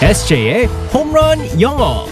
SJ의 홈런 영어.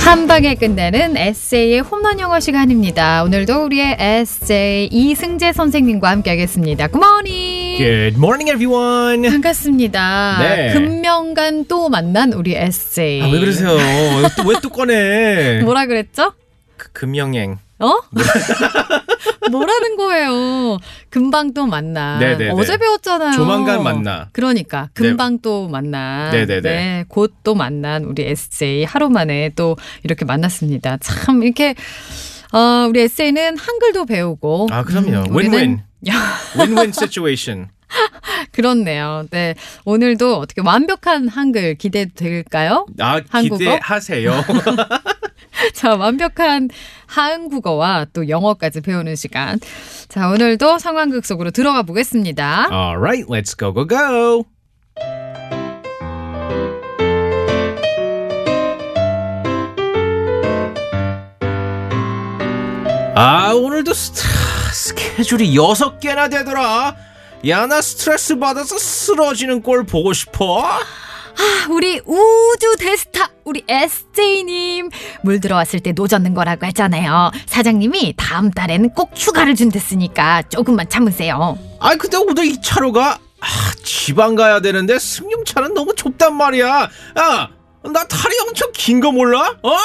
한 방에 끝내는 에세이의 홈런 영어 시간입니다. 오늘도 우리의 에세이 이승재 선생님과 함께하겠습니다. 굿모닝. Good morning, everyone. 반갑습니다. 예. 네. 금명간 또 만난 우리 에세이. 아, 왜 그러세요? 왜 또 꺼내? 뭐라 그랬죠? 그, 금영행. 어? 뭐라는 거예요? 금방 또 만나. 네네네. 어제 배웠잖아요. 조만간 만나. 네. 그러니까 금방 또 만나. 네네네. 곧 또 만난 우리 에세이 하루 만에 또 이렇게 만났습니다. 참 이렇게 어, 우리 에세이는 한글도 배우고. 음, 아, 그럼요. 우리는- Win-win. 야, Win-win situation. 그렇네요. 네. 오늘도 어떻게 완벽한 한글 기대될까요? 아, 한국어? 기대하세요. 자, 완벽한 한국어와 또 영어까지 배우는 시간. 자, 오늘도 상황극 속으로 들어가 보겠습니다. All right, let's go, go, go. 아, 오늘도 스타, 스케줄이 여섯 개나 되더라. 야, 나 스트레스 받아서 쓰러지는 꼴 보고 싶어. 아, 우리 우주 대스타 우리 SJ님 물 들어왔을 때 노젓는 거라고 했잖아요 사장님이 다음 달에는 꼭 휴가를 준댔으니까 조금만 참으세요 아, 근데 오늘 이 차로 가? 아, 지방 가야 되는데 승용차는 너무 좁단 말이야. 아, 나 다리 엄청 긴 거 몰라? 어?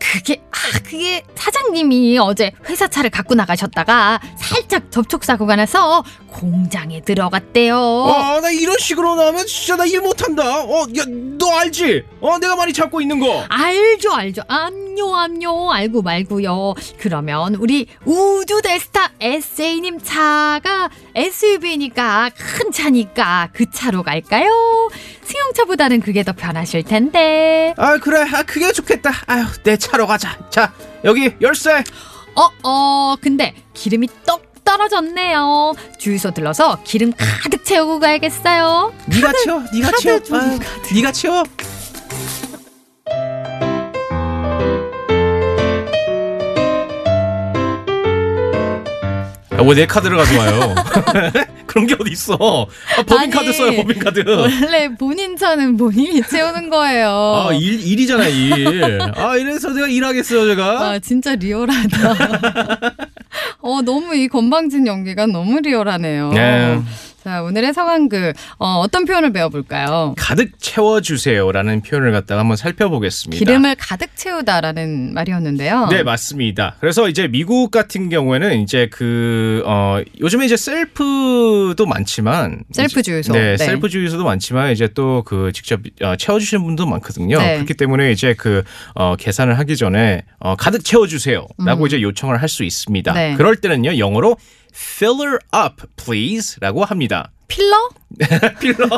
그게 아 그게 사장님이 어제 회사 차를 갖고 나가셨다가 살짝 접촉사고가 나서 공장에 들어갔대요 아, 나 이런 식으로 나오면 진짜 나 일 못한다. 어, 야, 너 알지? 어, 내가 많이 잡고 있는 거. 알죠 알죠 암요 암요 알고 말고요 그러면 우리 우주 대스타 에세이님 차가 SUV니까 큰 차니까 그 차로 갈까요? 승용차보다는 그게 더 편하실 텐데 아, 그래. 아, 그게 좋겠다. 아휴, 내 차로 가자. 자, 여기 열쇠. 어어 근데 기름이 떡 떨어졌네요 주유소 들러서 기름 가득 채우고 가야겠어요 네가 치워. 네가 카드 치워. 좀 아유, 네가 치워. 아, 왜 내 카드를 가져와요? 그런 게 어디 있어? 아, 법인 아니, 어. 카드 써요, 법인 카드. 원래 본인 차는 본인이 채우는 거예요 아, 일, 일이잖아, 일. 아, 이래서 제가 일하겠어요, 제가. 아, 진짜 리얼하다. 어, 너무 이 건방진 연기가 너무 리얼하네요. 네. 자, 오늘의 상황극. 어, 어떤 표현을 배워볼까요? 가득 채워주세요라는 표현을 갖다가 한번 살펴보겠습니다. 기름을 가득 채우다라는 말이었는데요. 네, 맞습니다. 그래서 이제 미국 같은 경우에는 이제 그, 어, 요즘에 이제 셀프도 많지만. 셀프 이제- 주유소. 네, 네. 셀프 주유소도 많지만 이제 또 그 직접 어, 채워주시는 분도 많거든요. 네. 그렇기 때문에 이제 그, 어, 계산을 하기 전에 어, 가득 채워주세요. 라고 이제 요청을 할 수 있습니다. 음. 네. 그럴 때는요, 영어로 fill her up, please. 라고 합니다. 필러? 필러.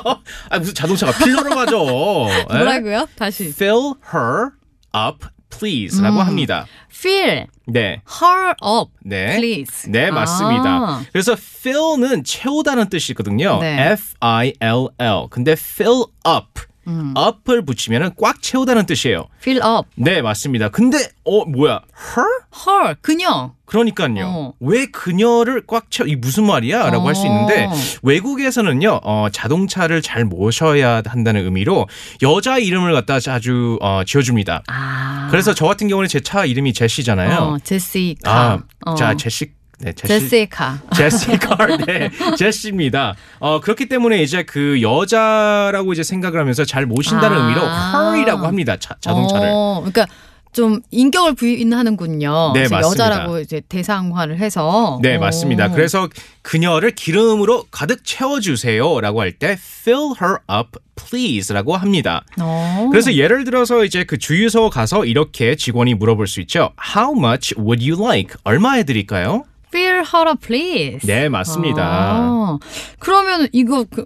아 무슨 자동차가 필러로 맞아. 예? 뭐라고요? 다시. Fill her up, please라고 음. 합니다. Fill 네, her up, 네. please. 네 맞습니다. 아, 그래서 fill는 채우다는 뜻이거든요. 네. F I L L. 근데 fill up, 음. up을 붙이면은 꽉 채우다는 뜻이에요. fill up. 네 맞습니다. 근데 어 뭐야 her? her, 그녀. 그러니까요. 어. 왜 그녀를 꽉 채워, 이 무슨 말이야? 라고 할 수 어. 있는데, 외국에서는요, 어, 자동차를 잘 모셔야 한다는 의미로 여자 이름을 갖다 자주 어, 지어줍니다. 아. 그래서 저 같은 경우는 제 차 이름이 제시잖아요. 어, 제시카. 네. 아, 어, 자, 제시, 네, 제시. 제시카. 제시카, 네, 제시입니다. 어, 그렇기 때문에 이제 그 여자라고 이제 생각을 하면서 잘 모신다는 아. 의미로 her이라고 합니다. 자, 자동차를. 어, 그러니까 좀 인격을 부인하는군요. 네, 그래서 맞습니다. 여자라고 이제 대상화를 해서. 네, 오. 맞습니다. 그래서 그녀를 기름으로 가득 채워주세요라고 할 때 fill her up please라고 합니다. 어. 그래서 예를 들어서 이제 그 주유소 가서 이렇게 직원이 물어볼 수 있죠. How much would you like? 얼마 해드릴까요? Feel her up, please. 네, 맞습니다. 아, 그러면 이거 그-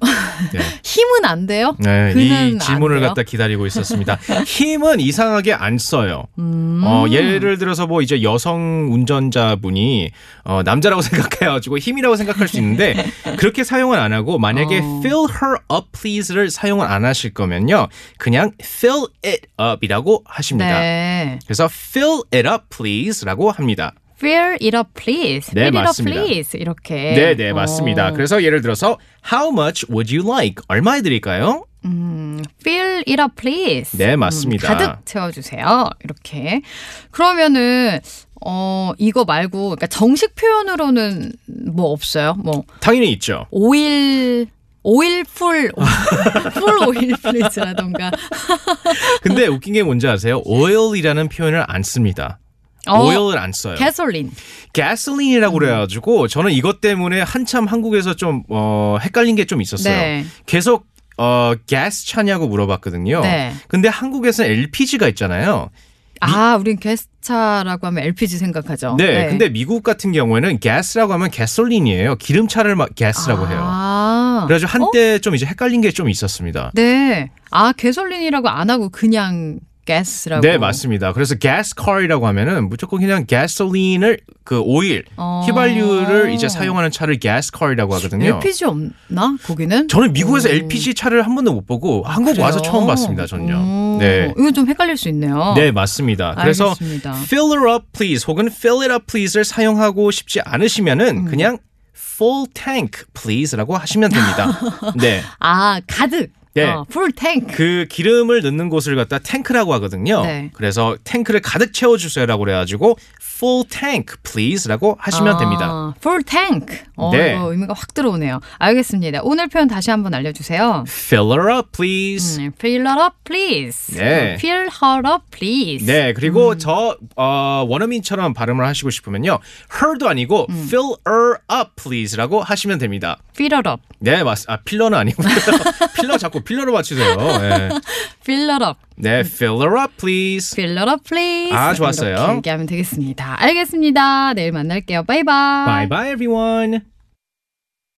네. 힘은 안 돼요? 네, 그는 이 안 질문을 돼요? 갖다 기다리고 있었습니다. 힘은 이상하게 안 써요. 음. 어, 예를 들어서 뭐 이제 여성 운전자분이 어, 남자라고 생각해가지고 힘이라고 생각할 수 있는데 그렇게 사용은 안 하고 만약에 어. fill her up please를 사용을 안 하실 거면요 그냥 fill it up이라고 하십니다. 네. 그래서 fill it up please라고 합니다. fill it up please. 네, fill it up 맞습니다. please. 이렇게. 네, 네, 맞습니다. 어, 그래서 예를 들어서 how much would you like? 얼마에 드릴까요? 음, fill it up please. 네, 맞습니다. 음, 가득 채워주세요. 이렇게. 그러면은 어 이거 말고 그러니까 정식 표현으로는 뭐 없어요. 뭐 당연히 있죠. 오일 오일 풀, 풀 오일 플리즈라던가. 근데 웃긴 게 뭔지 아세요? oil이라는 표현을 안 씁니다. 어, oil을 안 써요. 가솔린. gasoline이라고 그래가지고 저는 이것 때문에 한참 한국에서 좀 어, 헷갈린 게 좀 있었어요. 네. 계속 어, gas 차냐고 물어봤거든요. 네. 근데 한국에서는 LPG가 있잖아요. 아, 우린 게스차라고 하면 LPG 생각하죠. 네, 근데 미국 같은 경우에는 gas라고 하면 gasoline이에요. 기름차를 막 gas라고 해요. 아. 그래가지고 한때 좀 이제 헷갈린 게 좀 있었습니다. 네. 아, 개설린이라고 안 하고 그냥 가스라고. 네, 맞습니다. 그래서 gas car이라고 하면은 무조건 그냥 gasoline을 그 오일, 어. 휘발유를 이제 사용하는 차를 gas car이라고 하거든요. LPG 없나? 거기는? 저는 미국에서 오. LPG 차를 한 번도 못 보고 한국 와서 음. 그래요? 처음 봤습니다. 저는요. 오. 네. 이건 좀 헷갈릴 수 있네요. 네, 맞습니다. 그래서 알겠습니다. fill her up please 혹은 fill it up please를 사용하고 싶지 음. 않으시면은 그냥 full tank please라고 하시면 됩니다. 네. 아, 가득. 네. 어, 풀 탱크. 그 기름을 넣는 곳을 갖다 탱크라고 하거든요. 네. 그래서 탱크를 가득 채워 주세요라고 그래 가지고 full tank please라고 하시면 아. 됩니다. 풀 탱크. 어, 네. 이거 의미가 확 들어오네요. 알겠습니다. 오늘 표현 다시 한번 알려 주세요. fill her up please. 음, fill her up please. 네. fill her up please. 네, 그리고 음. 저 어, 원어민처럼 발음을 하시고 싶으면요, her도 아니고 음. fill her up please라고 하시면 됩니다. fill her up. 네, 맞, 아 필러는 아니고요. 필러 자꾸 필러로 맞추세요. 네. fill her up. 네, fill her up please. Fill it up, please. 아, 좋았어요. 이렇게 얘기하면 되겠습니다. 알겠습니다. 내일 만날게요. Bye 바이바이. bye everyone.